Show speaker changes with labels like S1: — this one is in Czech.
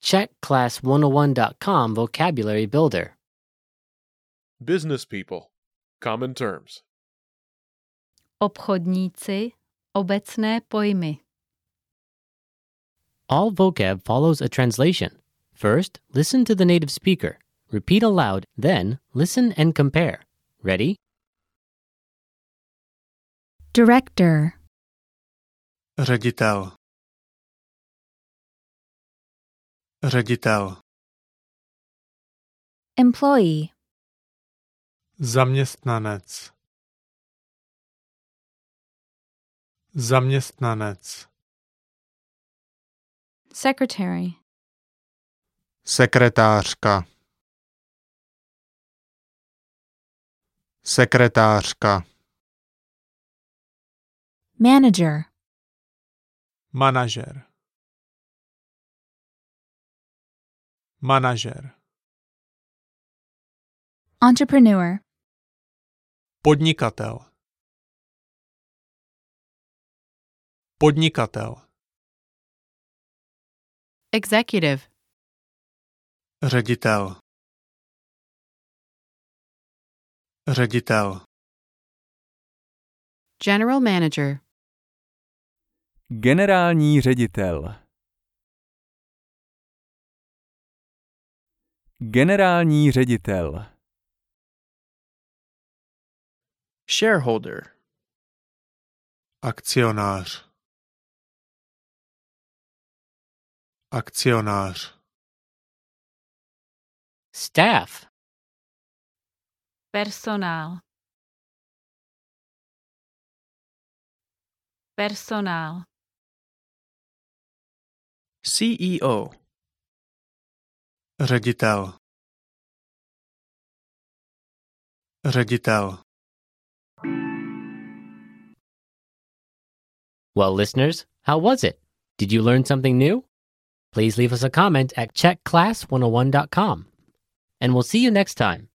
S1: Check class101.com vocabulary builder.
S2: Business people. Common terms.
S3: Obchodníci, obecné pojmy.
S1: All vocab follows a translation. First, listen to the native speaker. Repeat aloud, then listen and compare. Ready?
S4: Director.
S5: Ředitel. Ředitel.
S4: Employee.
S5: Zaměstnanec. Zaměstnanec.
S3: Secretary.
S6: Sekretářka. Sekretářka.
S4: Manager.
S5: Manažer. Manažer.
S4: Entrepreneur.
S5: Podnikatel. Podnikatel.
S3: Executive.
S5: Ředitel. Ředitel.
S3: General Manager.
S7: Generální ředitel Generální ředitel
S8: shareholder,
S5: Akcionář. Akcionář.
S1: Staff.
S3: Personál. Personál.
S8: CEO,
S5: Ředitel. Ředitel.
S1: Well, listeners, how was it? Did you learn something new? oh Please leave us a comment at checkclass101.com. And we'll see you next time.